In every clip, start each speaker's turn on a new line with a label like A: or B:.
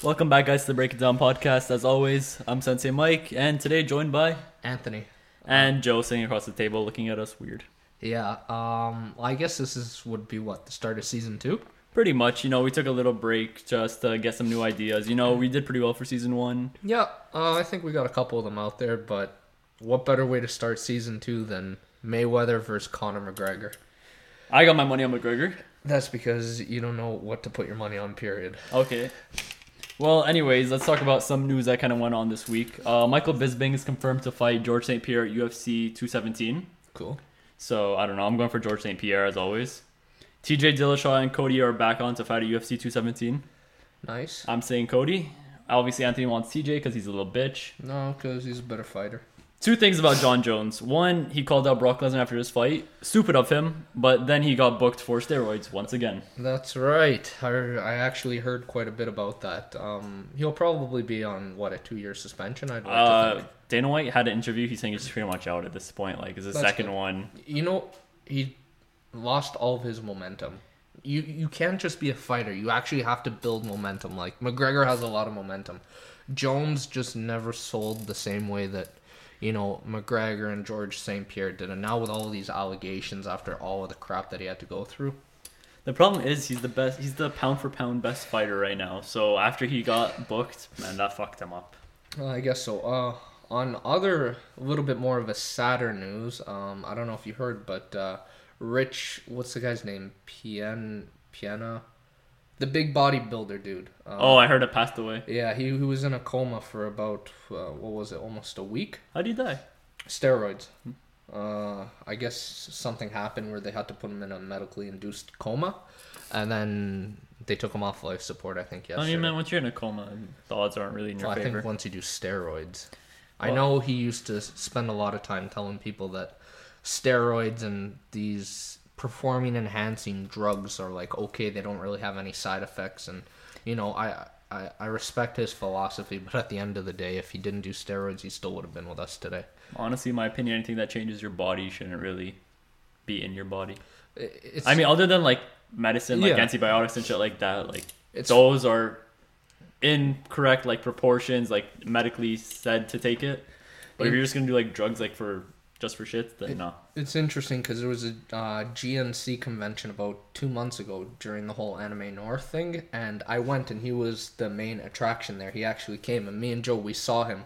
A: Welcome back, guys, to the Break It Down podcast. As always, I'm Sensei Mike, and today joined by Uh-huh.
B: Anthony.
A: and Joe sitting across the table, looking at us weird.
B: Yeah. Um. I guess this is would be what the start of season two.
A: Pretty much, you know, we took a little break just to get some new ideas. You know, we did pretty well for season one.
B: Yeah. Uh, I think we got a couple of them out there, but what better way to start season two than Mayweather versus Conor McGregor?
A: I got my money on McGregor.
B: That's because you don't know what to put your money on. Period.
A: Okay. Well, anyways, let's talk about some news that kind of went on this week. Uh, Michael Bisping is confirmed to fight George St. Pierre at UFC 217.
B: Cool.
A: So I don't know. I'm going for George St. Pierre as always. TJ Dillashaw and Cody are back on to fight at UFC 217.
B: Nice.
A: I'm saying Cody. Obviously, Anthony wants TJ because he's a little bitch.
B: No, because he's a better fighter.
A: Two things about John Jones. One, he called out Brock Lesnar after his fight. Stupid of him, but then he got booked for steroids once again.
B: That's right. I, I actually heard quite a bit about that. Um, he'll probably be on what a two-year suspension. I'd like to
A: Uh,
B: think.
A: Dana White had an interview. He's saying he's pretty much out at this point. Like, is the
B: That's
A: second
B: good.
A: one.
B: you know he lost all of his momentum you you can't just be a fighter you actually have to build momentum like mcgregor has a lot of momentum jones just never sold the same way that you know mcgregor and george st pierre did and now with all these allegations after all of the crap that he had to go through
A: The problem is he's the best. He's the pound for pound best fighter right now. So after he got booked, man, that fucked him up.
B: Well, I guess so. Uh, on other, a little bit more of a sadder news. Um, I don't know if you heard, but uh, Rich, what's the guy's name? Pien, Piena, the big bodybuilder dude. Um,
A: Oh, I heard it passed away.
B: yeah, he, he was in a coma for about uh, what was it, almost a week?
A: How'd he die?
B: Steroids. Uh, I guess something happened where they had to put him in a medically induced coma, and then they took him off life support. I think yesterday.
A: I mean, man, once you're in a coma, the odds aren't really in your
B: Well, I
A: favor.
B: think once you do steroids, I
A: Well-
B: know he used to s- spend a lot of time telling people that steroids and these performing enhancing drugs are like okay, they don't really have any side effects, and you know I. I, I respect his philosophy, but at the end of the day, if he didn't do steroids, he still would have been with us today.
A: Honestly, in my opinion, anything that changes your body shouldn't really be in your body.
B: I- It's,
A: I mean, other than like medicine, like
B: Yeah.
A: antibiotics and shit like that, like
B: It's-
A: those are incorrect like proportions, like medically said to take it. But if
B: It-
A: you're just gonna do like drugs, like for just for shit, then no.
B: It's interesting because there was a uh, GNC convention about two months ago during the whole Anime North thing, and I went and he was the main attraction there. He actually came, and me and Joe, we saw him.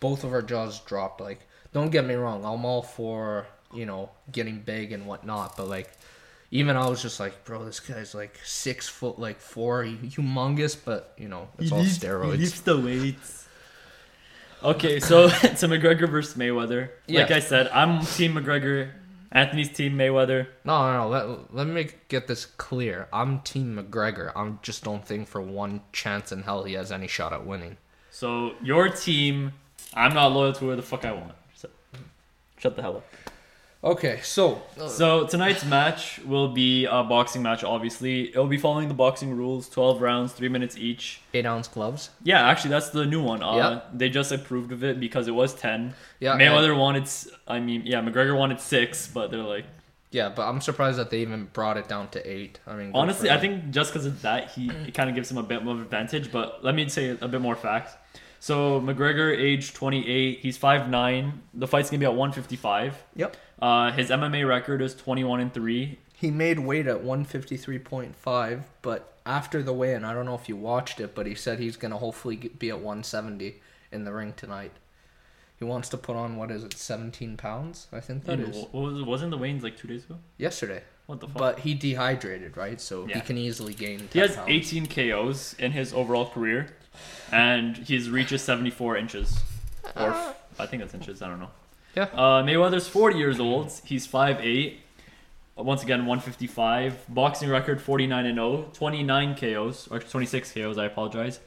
B: Both of our jaws dropped. Like, don't get me wrong, I'm all for, you know, getting big and whatnot, but like, even I was just like, bro, this guy's like six foot, like four, humongous, but, you know, it's all steroids.
A: the weights. Okay, so it's a McGregor versus Mayweather. Like
B: Yeah.
A: I said, I'm Team McGregor. Anthony's Team Mayweather.
B: No, no, no. Let, let me get this clear. I'm Team McGregor. I just don't think for one chance in hell he has any shot at winning.
A: So your team, I'm not loyal to where the fuck I want. So, shut the hell up.
B: Okay, so
A: So tonight's match will be a boxing match. Obviously, it'll be following the boxing rules: twelve rounds, three minutes each.
B: eight ounce gloves.
A: Yeah, actually, that's the new one. Uh,
B: Yeah.
A: They just approved of it because it was ten.
B: Yeah,
A: Mayweather wanted. s- I mean, yeah, McGregor wanted six, but they're like,
B: Yeah, but I'm surprised that they even brought it down to eight. I mean, good
A: honestly,
B: for
A: I
B: them.
A: think just because of that, he it kind of gives him a bit more advantage. But let me say a bit more facts. So McGregor, age twenty eight, he's five nine. The fight's gonna be at one fifty five.
B: Yep.
A: Uh, his MMA record is twenty one and three.
B: He made weight at 153.5, but after the weigh in, I don't know if you watched it, but he said he's going to hopefully get- be at 170 in the ring tonight. He wants to put on, what is it, 17 pounds? I think that
A: And
B: is.
A: wh- what was, wasn't the Wayne's like two days ago?
B: Yesterday.
A: What the fuck?
B: But he dehydrated, right? So
A: Yeah.
B: he can easily gain 10
A: He has
B: pounds.
A: 18 KOs in his overall career, and his reach is 74 inches. Or, f- I think that's inches, I don't know.
B: Yeah.
A: Uh, Mayweather's 40 years old. He's 5'8. Once again, 155. Boxing record 49 and oh. 0. 29 KOs, or 26 KOs, I apologize.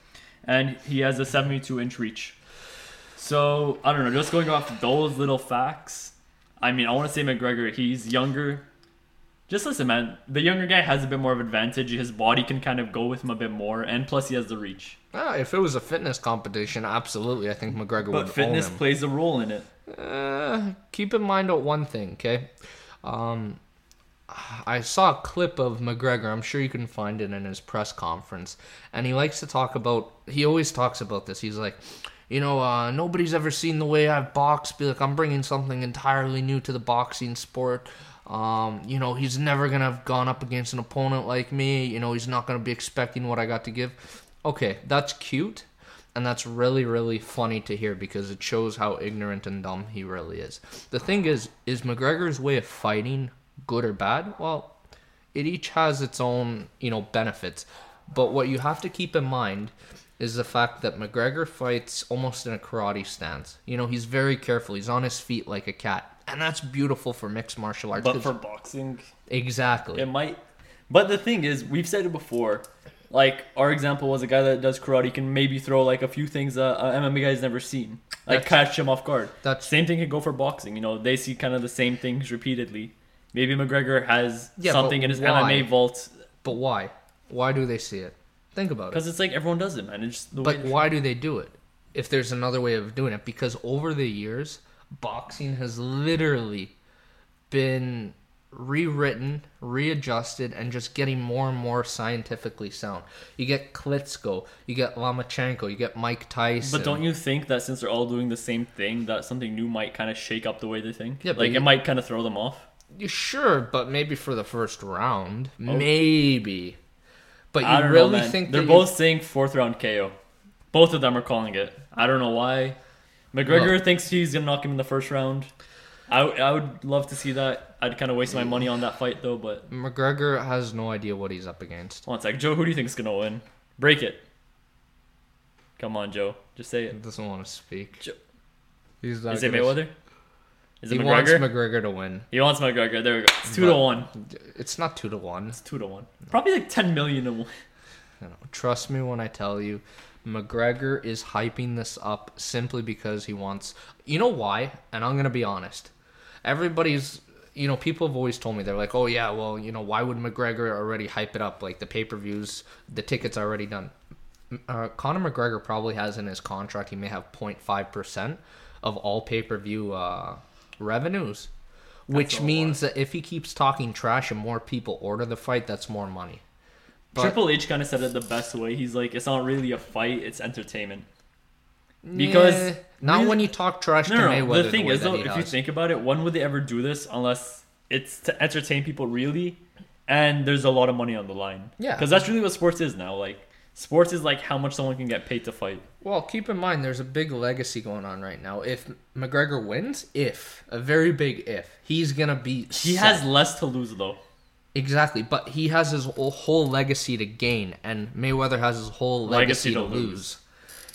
A: And he has a 72 inch reach. So, I don't know, just going off those little facts, I mean, I want to say McGregor, he's younger, just listen, man. The younger guy has a bit more of advantage. His body can kind of go with him a bit more, and plus he has the reach.
B: Ah, if it was a fitness competition, absolutely, I think
A: But
B: McGregor would
A: fitness
B: own him.
A: plays a role in it.
B: Uh, keep in mind one thing, okay? Um, I saw a clip of McGregor. I'm sure you can find it in his press conference. And he likes to talk about, he always talks about this. He's like, you know, uh, nobody's ever seen the way I've boxed. Be like, I'm bringing something entirely new to the boxing sport. Um, you know, he's never going to have gone up against an opponent like me. You know, he's not going to be expecting what I got to give. Okay, that's cute. And that's really, really funny to hear because it shows how ignorant and dumb he really is. The thing is, is McGregor's way of fighting good or bad? Well, it each has its own, you know, benefits. But what you have to keep in mind is the fact that McGregor fights almost in a karate stance. You know, he's very careful. He's on his feet like a cat. And that's beautiful for mixed martial arts.
A: But
B: 'cause-
A: for boxing,
B: exactly.
A: it might. But the thing is, we've said it before. Like our example was a guy that does karate can maybe throw like a few things that a MMA guy's never seen, like
B: That's-
A: catch him off guard.
B: that's-
A: same thing can go for boxing. You know, they see kind of the same things repeatedly. Maybe McGregor has
B: Yeah, but
A: something in his
B: why?
A: MMA vault
B: But why? Why do they see it? Think about it.
A: because it's like everyone does it, man. It's just the
B: But
A: way.
B: why do they do it? If there's another way of doing it, because over the years, boxing has literally been rewritten, readjusted, and just getting more and more scientifically sound. You get Klitschko, you get Lomachenko, you get Mike Tyson.
A: But don't you think that since they're all doing the same thing, that something new might kind of shake up the way they think?
B: Yeah, but
A: like
B: you-
A: it might kind of throw them off.
B: you? Sure, but maybe for the first round, maybe. But
A: Oh. I
B: you
A: don't
B: really
A: know, man.
B: think
A: they're
B: that you-
A: both saying fourth round KO. Both of them are calling it. I don't know why. McGregor thinks he's gonna knock him in the first round. I, w- I would love to see that. I'd kind of waste my
B: Mm.
A: money on that fight though. But
B: McGregor has no idea what he's up against.
A: one sec, Joe, who do you think's gonna win? Break it. Come on, Joe, just say it.
B: Doesn't want to speak.
A: Jo-
B: He's not
A: Is it
B: gonna-
A: Mayweather? Is it
B: Oh, he wants
A: McGregor?
B: McGregor to win.
A: he wants McGregor. There we go. It's two to
B: But-
A: one.
B: It's not two to one.
A: It's two to one. Probably like ten million to one.
B: You know, trust me when I tell you, McGregor is hyping this up simply because he wants. You know why? And I'm gonna be honest. Everybody's, you know, people have always told me they're like, oh yeah, well, you know, why would McGregor already hype it up? Like the pay per views, the tickets are already done. M- Uh, Conor McGregor probably has in his contract he may have 0.5 percent of all pay per view uh, revenues, which
A: a lot.
B: means that if he keeps talking trash and more people order the fight, that's more money. But-
A: Triple H kind of said it the best way. He's like, it's not really a fight; it's entertainment. Because
B: Nah, not
A: really-
B: when you talk trash to
A: No, no,
B: Mayweather.
A: no. The thing
B: way
A: is,
B: that
A: though,
B: he
A: if you
B: does.
A: think about it, when would they ever do this unless it's to entertain people really? And there's a lot of money on the line.
B: Yeah.
A: Because that's really what sports is now. Like, sports is like how much someone can get paid to fight.
B: well, keep in mind there's a big legacy going on right now. If McGregor wins, if a very big if, he's gonna be.
A: He
B: set.
A: has less to lose, though.
B: exactly, but he has his whole, whole legacy to gain, and Mayweather has his whole legacy,
A: Legacy
B: to,
A: to
B: lose.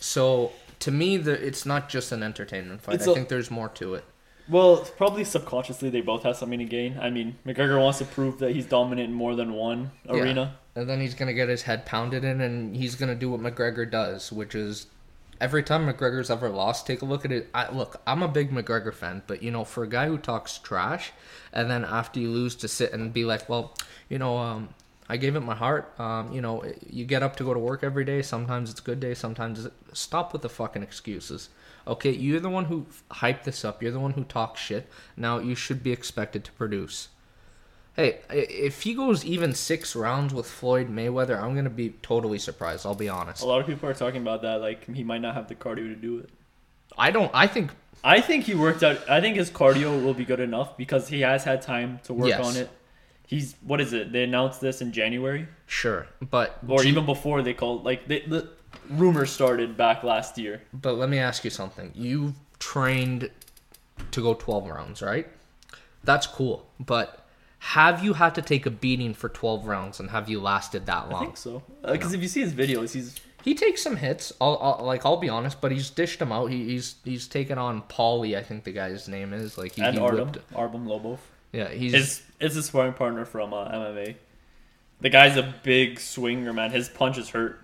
B: So to me, the, it's not just an entertainment fight.
A: It's
B: I
A: a-
B: think there's more to it.
A: Well, probably subconsciously they both have something to gain. I mean, McGregor wants to prove that he's dominant in more than one
B: Yeah.
A: arena.
B: And then he's gonna get his head pounded in, and he's gonna do what McGregor does, which is every time McGregor's ever lost, take a look at it. I, look, I'm a big McGregor fan, but you know, for a guy who talks trash, and then after you lose, to sit and be like, well, you know, um, I gave it my heart. Um, you know, you get up to go to work every day. Sometimes it's a good day. Sometimes it, stop with the fucking excuses. Okay, you're the one who hyped this up. You're the one who talks shit. Now you should be expected to produce. Hey, i- if he goes even six rounds with Floyd Mayweather, I'm gonna be totally surprised. I'll be honest.
A: A lot of people are talking about that. Like, he might not have the cardio to do it.
B: I don't. I think
A: I think he worked out. I think his cardio will be good enough because he has had time to work
B: Yes.
A: on it. He's what is it? They announced this in January,
B: sure, but
A: or even before they called. Like they, the rumors started back last year.
B: but let me ask you something. You've trained to go 12 rounds, right? That's cool. But have you had to take a beating for 12 rounds and have you lasted that
A: I
B: long?
A: think so. Because if you see his videos, he's
B: He takes some hits. I'll, I'll like I'll be honest, but he's dished them out. He, he's he's taken on Paulie, I think the guy's name is. Like he,
A: and
B: he
A: Artem
B: whipped-
A: Artem Lobov.
B: Yeah, he's
A: It's it's a sparring partner from uh, MMA. The guy's a big swinger, man. His punches hurt.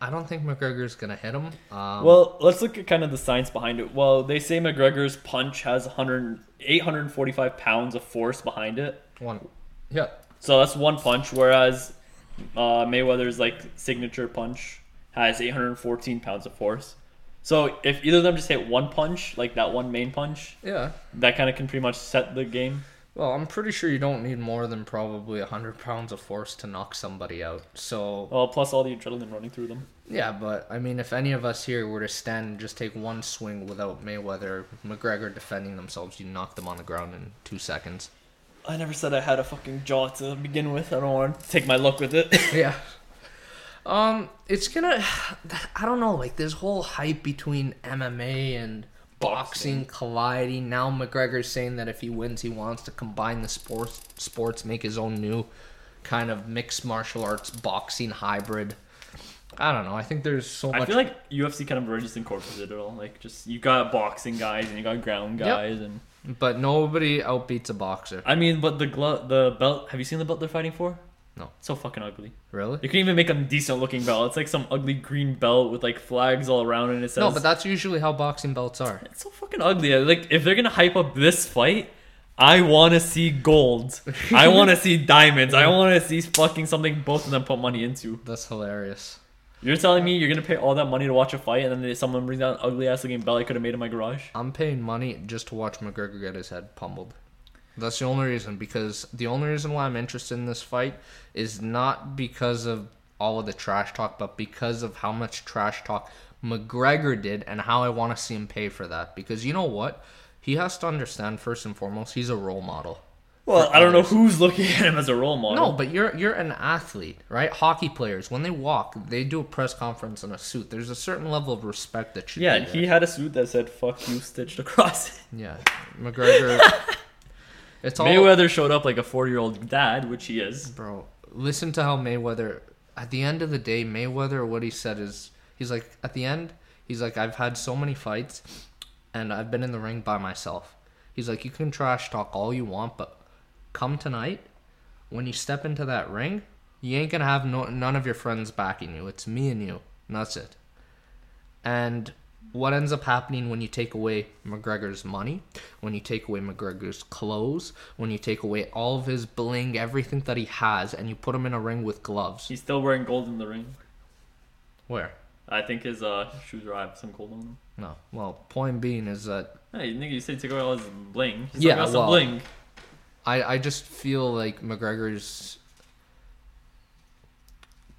B: I don't think McGregor's gonna hit him. Um,
A: Well, let's look at kind of the science behind it. Well, they say McGregor's punch has 100, 845 pounds of force behind it.
B: one, yeah,
A: So that's one punch, whereas uh, Mayweather's like signature punch has 814 pounds of force. So if either of them just hit one punch, like that one main punch,
B: yeah.
A: that kind of can pretty much set the game.
B: Well, I'm pretty sure you don't need more than probably 100 pounds of force to knock somebody out. So,
A: Well, Uh, plus all the adrenaline running through them.
B: yeah, but I mean, if any of us here were to stand and just take one swing without Mayweather, McGregor defending themselves, you knock them on the ground in two seconds.
A: I never said I had a fucking jaw to begin with. I don't want to take my luck with it.
B: yeah. Um, it's gonna. I don't know. Like this whole hype between MMA and boxing, colliding. Now McGregor's saying that if he wins, he wants to combine the sports, sports, make his own new kind of mixed martial arts boxing hybrid. I don't know. I think there's so
A: I
B: much.
A: feel like UFC kind of already just incorporated it all. Like, just you got boxing guys and you got ground
B: Yep.
A: guys, and
B: but nobody outbeats a boxer.
A: I mean, but the glove, the belt. Have you seen the belt they're fighting for?
B: No.
A: It's so fucking ugly.
B: Really?
A: You can even make a decent looking belt. It's like some ugly green belt with like flags all around, and it says.
B: No, but that's usually how boxing belts are.
A: It's so fucking ugly. Like, if they're gonna hype up this fight, I want to see gold. I want to see diamonds. I want to see fucking something both of them put money into.
B: That's hilarious.
A: You're telling me you're gonna pay all that money to watch a fight, and then someone brings out an ugly ass looking belt I could have made in my garage.
B: I'm paying money just to watch McGregor get his head pummeled. That's the only reason because the only reason why I'm interested in this fight is not because of all of the trash talk, but because of how much trash talk McGregor did and how I want to see him pay for that. Because you know what? He has to understand first and foremost, he's a role model.
A: Well, I don't know who's looking at him as a role
B: No,
A: model.
B: but you're you're an athlete, right? Hockey players, when they walk, they do a press conference in a suit. There's a certain level of respect that should
A: Yeah,
B: be
A: and
B: there.
A: he had a suit that said "fuck you" stitched across it.
B: Yeah, McGregor. it's all
A: Mayweather showed up like a forty-year-old dad, which he is.
B: bro. Listen to how Mayweather. At the end of the day, Mayweather, what he said is, he's like, at the end, he's like, I've had so many fights, and I've been in the ring by myself. He's like, you can trash talk all you want, but come tonight, when you step into that ring, you ain't gonna have no, none of your friends backing you. It's me and you, and that's it. And what ends up happening when you take away McGregor's money, when you take away McGregor's clothes, when you take away all of his bling, everything that he has, and you put him in a ring with gloves?
A: He's still wearing gold in the ring.
B: Where?
A: I think his uh, shoes are have some gold on them.
B: No. Well, point being is that
A: Hey, you think you said took away all his bling? He's
B: Yeah,
A: yeah, got some
B: well-
A: bling.
B: I, I just feel like McGregor's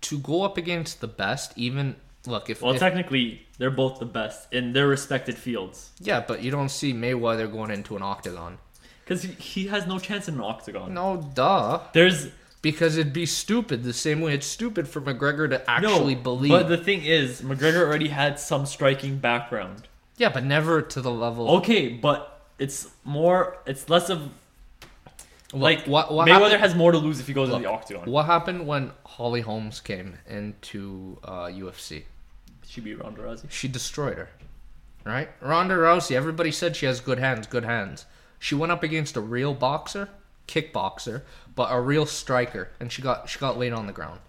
B: to go up against the best, even look if,
A: Well,
B: if-
A: technically, they're both the best in their respected fields
B: yeah, but you don't see Mayweather going into an octagon.
A: because he, he has no chance in an octagon.
B: No, duh,
A: There's
B: because it'd be stupid. The same way it's stupid for McGregor to
A: no,
B: actually believe.
A: But the thing is, McGregor already had some striking background.
B: yeah, but never to the level.
A: Okay, but it's more, it's less of
B: Look,
A: like
B: what, what
A: Mayweather
B: happened,
A: has more to lose if he goes in the
B: Look,
A: octagon.
B: what happened when Holly Holmes came into uh, UFC?
A: She beat Ronda Rousey.
B: She destroyed her. Right? Ronda Rousey, everybody said she has good hands, good hands. She went up against a real boxer, kickboxer, but a real striker, and she got she got laid on the ground.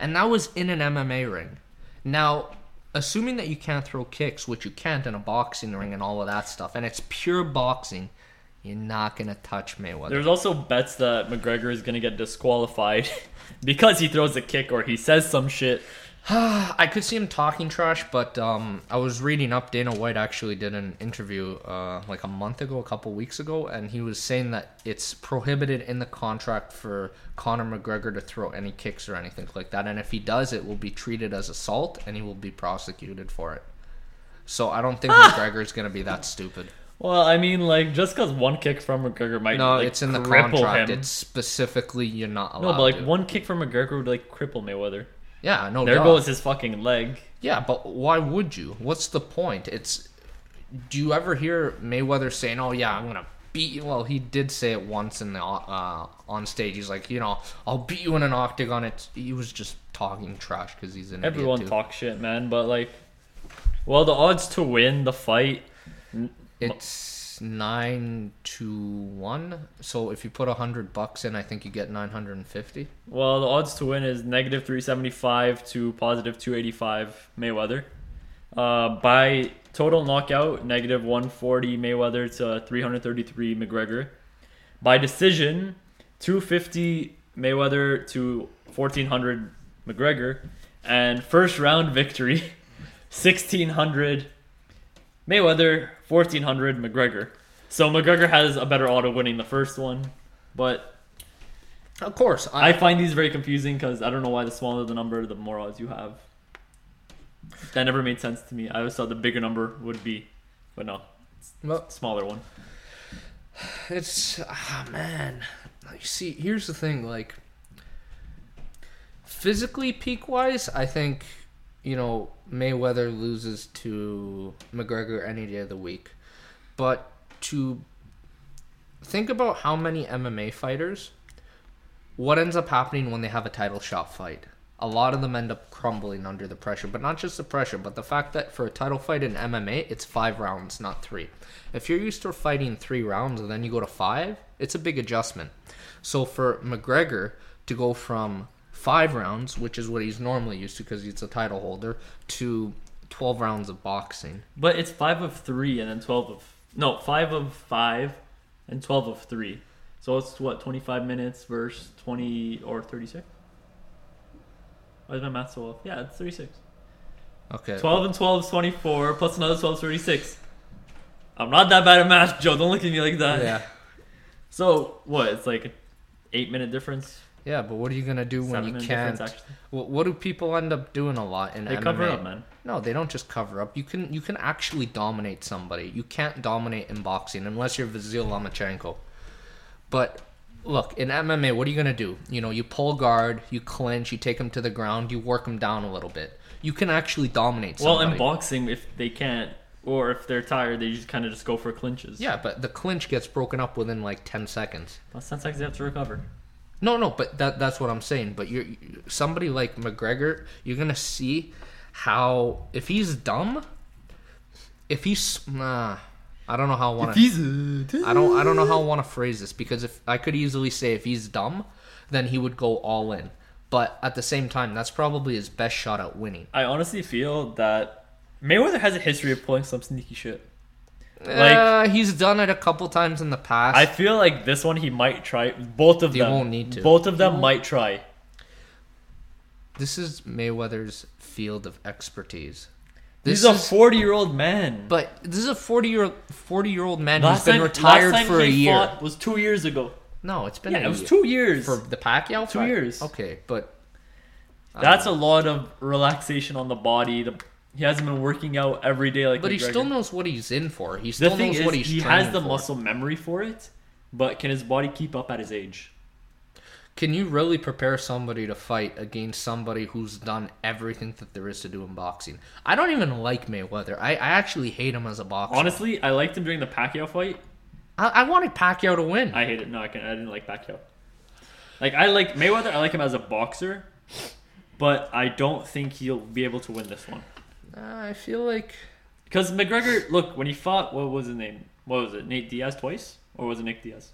B: And that was in an MMA ring. Now, assuming that you can't throw kicks, which you can't in a boxing ring and all of that stuff, and it's pure boxing, you're not gonna touch Mayweather.
A: There's also bets that McGregor is gonna get disqualified because he throws a kick or he says some shit.
B: I could see him talking trash, but um, I was reading up. Dana White actually did an interview uh, like a month ago, a couple weeks ago, and he was saying that it's prohibited in the contract for Conor McGregor to throw any kicks or anything like that. And if he does, it will be treated as assault, and he will be prosecuted for it. So I don't think McGregor's going to be that stupid.
A: Well, I mean, like just because one kick from McGregor might
B: No,
A: like,
B: it's in the
A: cripple
B: contract.
A: him.
B: It's specifically you're not
A: no,
B: allowed.
A: but like
B: to.
A: one kick from McGregor would like cripple Mayweather.
B: yeah, no,
A: There
B: duh.
A: goes his fucking leg.
B: Yeah, but why would you? What's the point? It's. Do you ever hear Mayweather saying, "Oh yeah, I'm gonna beat you"? Well, he did say it once in the uh, on stage. He's like, you know, I'll beat you in an octagon. It's he was just talking trash because he's an
A: Everyone
B: idiot. too.
A: talks shit, man. But like, well, the odds to win the fight.
B: It's nine to one. So if you put a hundred bucks in, I think you get nine hundred and fifty.
A: Well, the odds to win is negative 375 to positive 285 Mayweather. Uh, by total knockout, negative 140 Mayweather to 333 McGregor. By decision, 250 Mayweather to 1400 McGregor. And first round victory, 1600 Mayweather, 1400 McGregor. So McGregor has a better auto winning the first one, but
B: Of course, I,
A: I find these very confusing because I don't know why the smaller the number, the more odds you have. That never made sense to me. I always thought the bigger number would be, but no,
B: well,
A: smaller one.
B: it's ah man. You see, here's the thing, like physically peak wise, I think you know Mayweather loses to McGregor any day of the week, but to think about how many MMA fighters, what ends up happening when they have a title shot fight. A lot of them end up crumbling under the pressure, but not just the pressure, but the fact that for a title fight in MMA, it's five rounds, not three. If you're used to fighting three rounds and then you go to five, it's a big adjustment. So for McGregor to go from five rounds, which is what he's normally used to because he's a title holder, to 12 rounds of boxing,
A: But it's five of three and then twelve of no five of five and twelve of three. So it's what twenty five minutes versus twenty or thirty six. Why is my math so off? Yeah, it's thirty six.
B: okay,
A: Twelve and twelve is twenty four plus another twelve is thirty six. I'm not that bad at math, Joe. Don't look at me like that.
B: yeah.
A: So what? It's like an eight minute difference.
B: Yeah, but what are you gonna do when
A: Seven
B: you
A: minute
B: can't?
A: difference actually.
B: What, what do people end up doing a lot in
A: They
B: MMA?
A: cover up, man.
B: No, they don't just cover up. You can you can actually dominate somebody. You can't dominate in boxing unless you're Vasil Lomachenko. But look, in MMA, what are you gonna do? You know, you pull guard, you clinch, you take him to the ground, you work him down a little bit. You can actually dominate
A: Well,
B: somebody.
A: in boxing, if they can't or if they're tired, they just kind of just go for clinches.
B: yeah, but the clinch gets broken up within like ten seconds.
A: That's not like they have to recover.
B: No, no, but that that's what I'm saying. But you're somebody like McGregor, you're gonna see how if he's dumb, if he's nah, I don't know how I want to. I don't I don't know how I want to phrase this because if I could easily say if he's dumb, then he would go all in. But at the same time, that's probably his best shot at winning.
A: I honestly feel that Mayweather has a history of pulling some sneaky shit.
B: Like uh, he's done it a couple times in the past.
A: I feel like this one he might try. Both of
B: They
A: them
B: won't need to.
A: Both of them might try.
B: this is Mayweather's field of expertise.
A: He's
B: This
A: a
B: is-
A: forty-year-old man.
B: But this is a forty year forty year old man who's been retired
A: last time
B: for a
A: he
B: year.
A: fought was two years ago.
B: No, it's been
A: Yeah,
B: a
A: it was
B: year.
A: two years.
B: for the Pacquiao.
A: Two
B: fight?
A: years.
B: Okay, but
A: That's a lot of relaxation on the body. The, he hasn't been working out every day like.
B: but he
A: McGregor.
B: still knows what he's in for. He
A: The
B: still
A: thing
B: knows
A: is,
B: what he's
A: he
B: training
A: has the
B: for.
A: muscle memory for it, but can his body keep up at his age?
B: Can you really prepare somebody to fight against somebody who's done everything that there is to do in boxing? I don't even like Mayweather. I, I actually hate him as a boxer.
A: Honestly, I liked him during the Pacquiao fight.
B: I, I wanted Pacquiao to win.
A: I hate it. No, I, can, I didn't like Pacquiao. Like I like Mayweather. I like him as a boxer, but I don't think he'll be able to win this one.
B: Uh, I, feel like
A: Because McGregor, look, when he fought, what was his name? What was it? Nate Diaz twice, or was it Nick Diaz?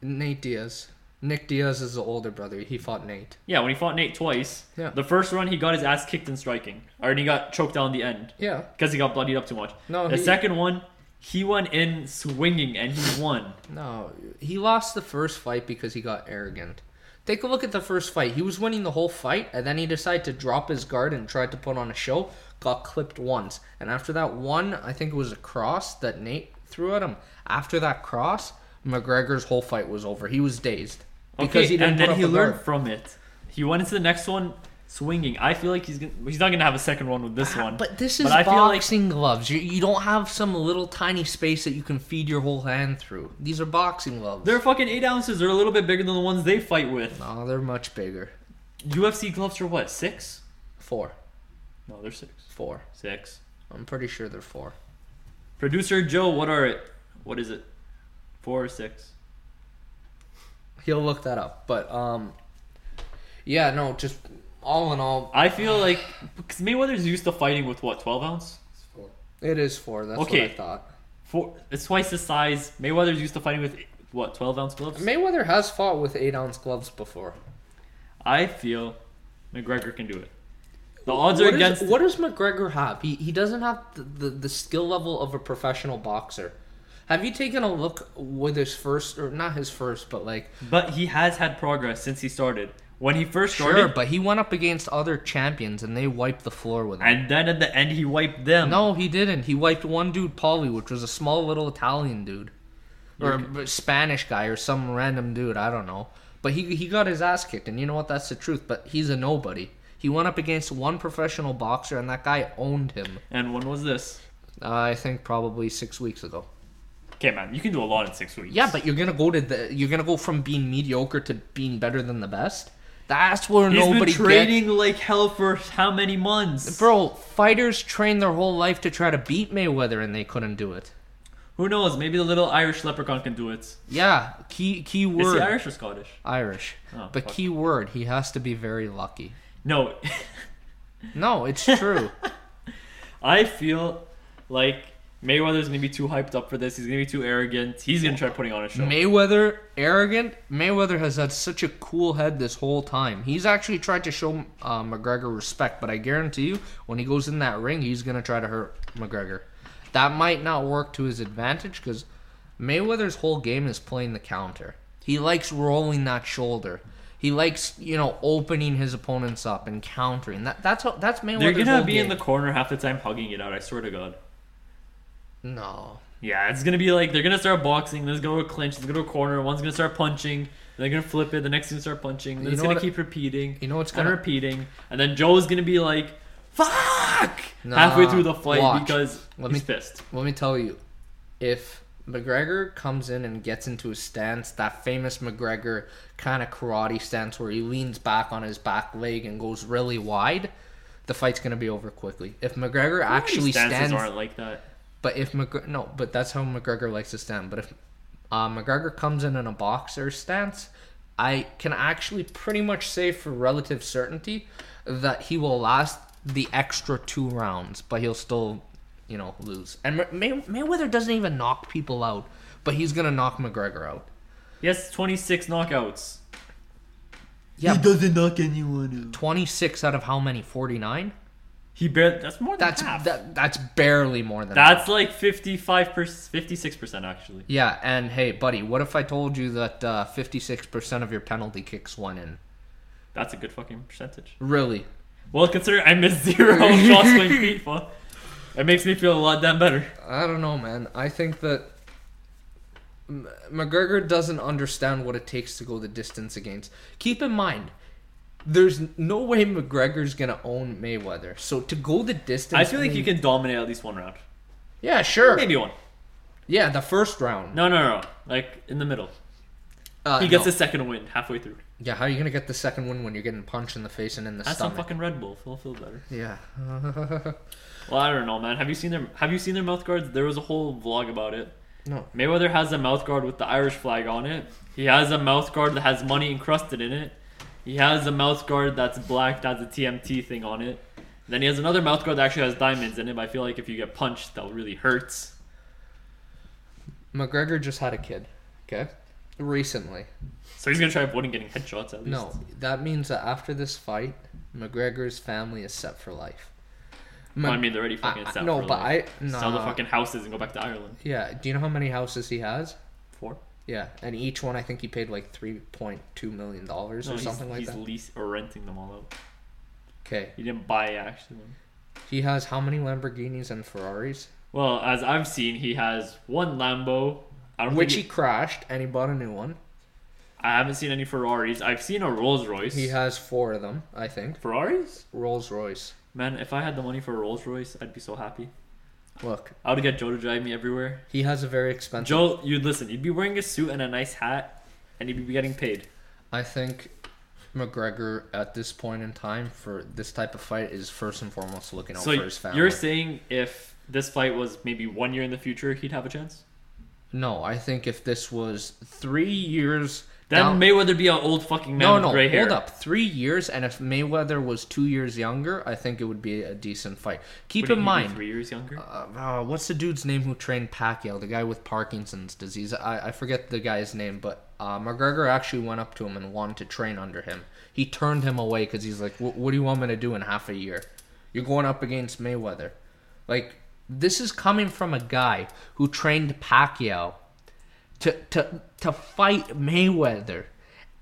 B: Nate Diaz. Nick Diaz is the older brother. He fought Nate.
A: Yeah, when he fought Nate twice,
B: Yeah.
A: the first run he got his ass kicked in striking, or he got choked out in the end
B: Yeah.
A: because he got bloodied up too much.
B: No,
A: the
B: he-
A: second one, he went in swinging and he won.
B: No, he lost the first fight because he got arrogant. Take a look at the first fight. He was winning the whole fight, and then he decided to drop his guard and tried to put on a show. Got clipped once, and after that one, I think it was a cross that Nate threw at him. After that cross, McGregor's whole fight was over. He was dazed
A: Okay, and then
B: up
A: he
B: a
A: learned
B: guard.
A: from it. He went into the next one swinging. I feel like he's gonna, he's not gonna have a second one with this one.
B: But this is
A: I feel like
B: boxing gloves. You, you don't have some little tiny space that you can feed your whole hand through. These are boxing gloves.
A: they're fucking eight ounces. They're a little bit bigger than the ones they fight with.
B: no, they're much bigger.
A: UFC gloves are what six?
B: Four,
A: No, they're six.
B: four.
A: Six.
B: I'm pretty sure they're four.
A: Producer Joe, what are it? What is it? Four or six?
B: He'll look that up. But um yeah, no, just all in all,
A: I feel like because Mayweather's used to fighting with what twelve ounce.
B: it is four. That's
A: Okay.
B: what I thought.
A: Four. It's twice the size. Mayweather's used to fighting with what twelve ounce gloves.
B: Mayweather has fought with eight ounce gloves before.
A: I feel McGregor can do it. The odds are
B: What is-
A: against.
B: what does McGregor have? He he doesn't have the, the, the skill level of a professional boxer. Have you taken a look with his first or not his first, but like
A: But he has had progress since he started. When he first started,
B: sure, but he went up against other champions and they wiped the floor with him.
A: and then at the end he wiped them.
B: no, he didn't. He wiped one dude, Polly, which was a small little Italian dude. or a Spanish guy or some random dude. I don't know. But he he got his ass kicked, and you know what? That's the truth. But he's a nobody. He went up against one professional boxer, and that guy owned him.
A: And when was this?
B: Uh, I think probably six weeks ago.
A: Okay, man, you can do a lot in six weeks.
B: Yeah, but you're gonna go to the you're gonna go from being mediocre to being better than the best. That's where
A: he's
B: nobody
A: been training
B: gets.
A: like hell for how many months?
B: Bro, fighters train their whole life to try to beat Mayweather, and they couldn't do it.
A: Who knows? Maybe the little Irish leprechaun can do it.
B: Yeah, key key
A: Is
B: word
A: he Irish or Scottish?
B: Irish.
A: Oh,
B: but
A: fuck.
B: key word, he has to be very lucky.
A: No,
B: No, it's true.
A: I feel like Mayweather's gonna be too hyped up for this. He's gonna be too arrogant. He's gonna try putting on a show.
B: Mayweather arrogant. Mayweather has had such a cool head this whole time. He's actually tried to show uh, McGregor respect, but I guarantee you, when he goes in that ring, he's gonna try to hurt McGregor. That might not work to his advantage because Mayweather's whole game is playing the counter. He likes rolling that shoulder. He likes you know opening his opponents up and countering. That that's how, that's Mayweather's
A: They're gonna
B: whole
A: be in the
B: game.
A: corner half the time hugging it out. I swear to God.
B: no.
A: Yeah, it's gonna be like they're gonna start boxing. There's gonna go a clinch. There's gonna go a corner. One's gonna start punching. They're gonna flip it. The next gonna start punching. Then
B: You
A: it's
B: know
A: gonna
B: what-
A: keep repeating.
B: you know what's
A: and
B: gonna-
A: repeating, and then Joe's gonna be like, "Fuck!"
B: Nah,
A: halfway through the fight
B: watch.
A: because
B: Let
A: he's
B: me-
A: pissed.
B: Let me tell you, if McGregor comes in and gets into a stance, that famous McGregor kind of karate stance where he leans back on his back leg and goes really wide, the fight's gonna be over quickly. If McGregor actually
A: These stances
B: stands,
A: aren't like that.
B: but if McGregor, no, but that's how McGregor likes to stand. But if uh, McGregor comes in in a boxer stance, I can actually pretty much say for relative certainty that he will last the extra two rounds, but he'll still, you know, lose. And May- Mayweather doesn't even knock people out, but he's gonna knock McGregor out.
A: Yes, 26 knockouts.
B: Yeah,
A: doesn't knock anyone out.
B: twenty six out of how many? Forty nine.
A: He barely. That's more than
B: That's
A: half.
B: that, that's barely more than
A: that's like 55 56 percent actually.
B: Yeah, and hey, buddy, what if I told you that uh, 56% of your penalty kicks went in?
A: That's a good fucking percentage.
B: Really?
A: Well, consider I missed zero shots my feet. Well, it makes me feel a lot damn better.
B: I don't know, man. I think that M- McGregor doesn't understand what it takes to go the distance against. Keep in mind, there's no way McGregor's going to own Mayweather. So to go the distance.
A: I feel like
B: mean-
A: you can dominate at least one round,
B: Yeah, sure.
A: maybe one.
B: Yeah, the first round.
A: No, no, no, no. like in the middle.
B: Uh,
A: He gets
B: no.
A: a second win halfway through.
B: Yeah, how are you going to get the second one when you're getting punched in the face and in the
A: That's some
B: stomach?
A: fucking Red Bull. Feel feel better.
B: yeah.
A: Well, I don't know, man. Have you seen their Have you seen their mouth guards? There was a whole vlog about it.
B: no.
A: Mayweather has a mouth guard with the Irish flag on it. He has a mouth guard that has money encrusted in it. He has a mouth guard that's black, that's a TMT thing on it. Then he has another mouth guard that actually has diamonds in it. But I feel like if you get punched, that really hurts.
B: McGregor just had a kid, okay? Recently.
A: So he's gonna try avoiding getting headshots at least.
B: No, that means that after this fight, McGregor's family is set for life.
A: Well,
B: Ma-
A: I mean they're already fucking
B: I-
A: set
B: no,
A: for
B: but
A: like,
B: I-
A: sell the
B: nah.
A: fucking houses and go back to Ireland.
B: yeah, do you know how many houses he has?
A: Four.
B: Yeah, and each one I think he paid like three point two million dollars
A: No,
B: or
A: he's,
B: something like
A: he's
B: that.
A: lease or renting them all out.
B: Okay,
A: He didn't buy actually.
B: he has how many Lamborghinis and Ferraris?
A: Well, as I've seen, he has one Lambo. I don't
B: Which
A: think
B: he crashed and he bought a new one.
A: I haven't seen any Ferraris. I've seen a Rolls Royce.
B: He has four of them, I think.
A: Ferraris?
B: Rolls Royce.
A: Man, if I had the money for a Rolls Royce, I'd be so happy.
B: Look,
A: I would get Joe to drive me everywhere.
B: he has a very expensive.
A: Joe, you'd listen. You'd be wearing a suit and a nice hat, and you'd be getting paid.
B: I think McGregor at this point in time for this type of fight is first and foremost looking out
A: so
B: for his family.
A: you're saying if this fight was maybe one year in the future, he'd have a chance?
B: No, I think if this was three years.
A: Then
B: down-
A: Mayweather be an old fucking man
B: no,
A: with
B: no,
A: gray hair.
B: hold up. Three years, and if Mayweather was two years younger, I think it would be a decent fight. Keep
A: What do you
B: in
A: mean,
B: mind,
A: three years younger.
B: uh, uh, what's the dude's name who trained Pacquiao? The guy with Parkinson's disease. I, I forget the guy's name, but uh, McGregor actually went up to him and wanted to train under him. He turned him away because he's like, "Wh- "What do you want me to do in half a year? You're going up against Mayweather." Like this is coming from a guy who trained Pacquiao to to to fight Mayweather,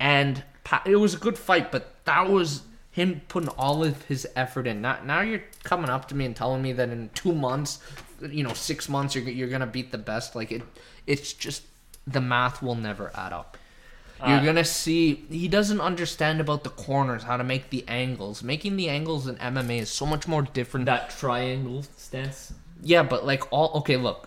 B: and Pa- it was a good fight, but that was him putting all of his effort in. Now, now you're coming up to me and telling me that in two months, you know, six months, you're you're gonna beat the best. Like it, it's just the math will never add up. You're
A: Uh,
B: gonna see he doesn't understand about the corners, how to make the angles. Making the angles in MMA is so much more different.
A: That triangle stance.
B: yeah, but like all okay, look.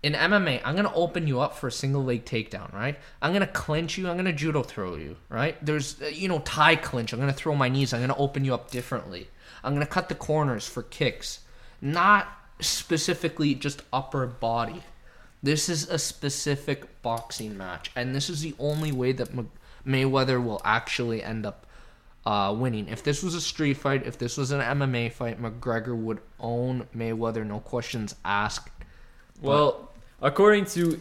B: In MMA, I'm gonna open you up for a single leg takedown, right? I'm gonna clinch you. I'm gonna judo throw you, right? There's uh, you know tie clinch. I'm gonna throw my knees. I'm gonna open you up differently. I'm gonna cut the corners for kicks, not specifically just upper body. This is a specific boxing match, and this is the only way that Ma- Mayweather will actually end up uh, winning. If this was a street fight, if this was an MMA fight, McGregor would own Mayweather, no questions asked.
A: Well, according to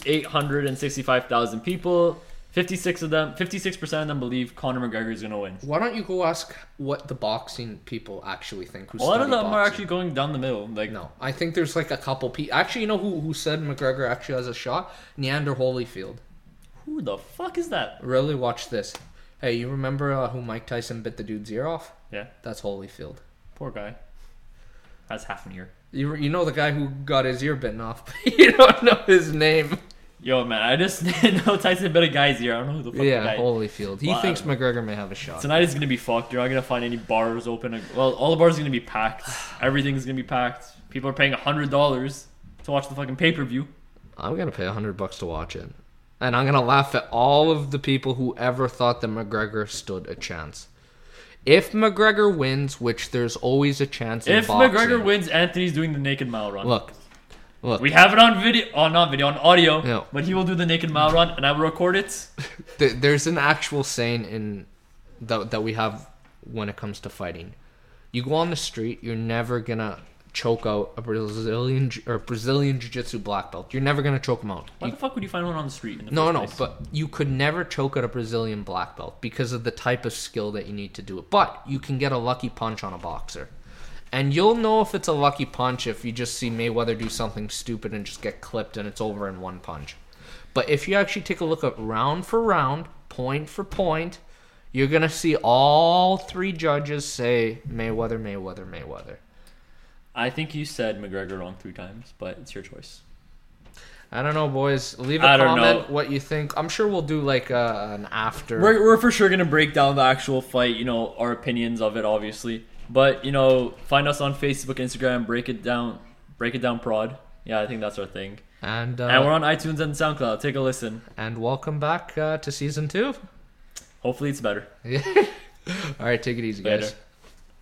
A: 865,000 people, 56 of them, 56% of them believe Conor McGregor is going to win.
B: Why don't you go ask what the boxing people actually think? Who
A: A lot of
B: study
A: them are
B: boxing?
A: actually going down the middle. Like,
B: No, I think there's like a couple people. Actually, you know who who said McGregor actually has a shot? Neander Holyfield.
A: who the fuck is that?
B: Really, watch this. Hey, you remember uh, who Mike Tyson bit the dude's ear off?
A: Yeah,
B: That's Holyfield.
A: poor guy. Has half an ear.
B: You, you know the guy who got his ear bitten off, but you don't know his name.
A: Yo, man, I just know Tyson bit a guy's ear. I don't know who the fuck the guy
B: Yeah, Holyfield. He
A: Well, I
B: thinks
A: don't
B: McGregor may have a shot.
A: Tonight is gonna be fucked. You're not gonna find any bars open. Well, all the bars are gonna be packed. Everything's gonna be packed. People are paying hundred dollars to watch the fucking pay per view.
B: I'm gonna pay hundred bucks to watch it, and I'm gonna laugh at all of the people who ever thought that McGregor stood a chance. If McGregor wins, which there's always a chance. In
A: If
B: boxing,
A: McGregor wins, Anthony's doing the naked mile run.
B: look, look,
A: We have it on video, oh, not video, on audio.
B: Yeah.
A: But he will do the naked mile run, and I will record it.
B: th- there's an actual saying in that that we have when it comes to fighting. You go on the street, you're never gonna choke out a Brazilian ju- or Brazilian jiu-jitsu black belt. You're never gonna choke him out.
A: Why the fuck would you find one on the street? In the
B: No,
A: first
B: no,
A: place?
B: but you could never choke at a Brazilian black belt because of the type of skill that you need to do it. But you can get a lucky punch on a boxer. And you'll know if it's a lucky punch if you just see Mayweather do something stupid and just get clipped and it's over in one punch. But if you actually take a look at round for round, point for point, you're going to see all three judges say Mayweather, Mayweather, Mayweather.
A: I think you said McGregor wrong three times, but it's your choice.
B: I don't know, boys. Leave a
A: I don't
B: comment what you think. I'm sure we'll do like uh, an after.
A: We're, we're for sure gonna break down the actual fight, you know, our opinions of it, obviously. But you know, find us on Facebook, Instagram, break it down, break it down, prod. Yeah, I think that's our thing.
B: and, uh,
A: And we're on iTunes and SoundCloud. Take a listen.
B: and welcome back uh, to season two.
A: Hopefully, it's better.
B: All right, take it easy, guys.
A: Later.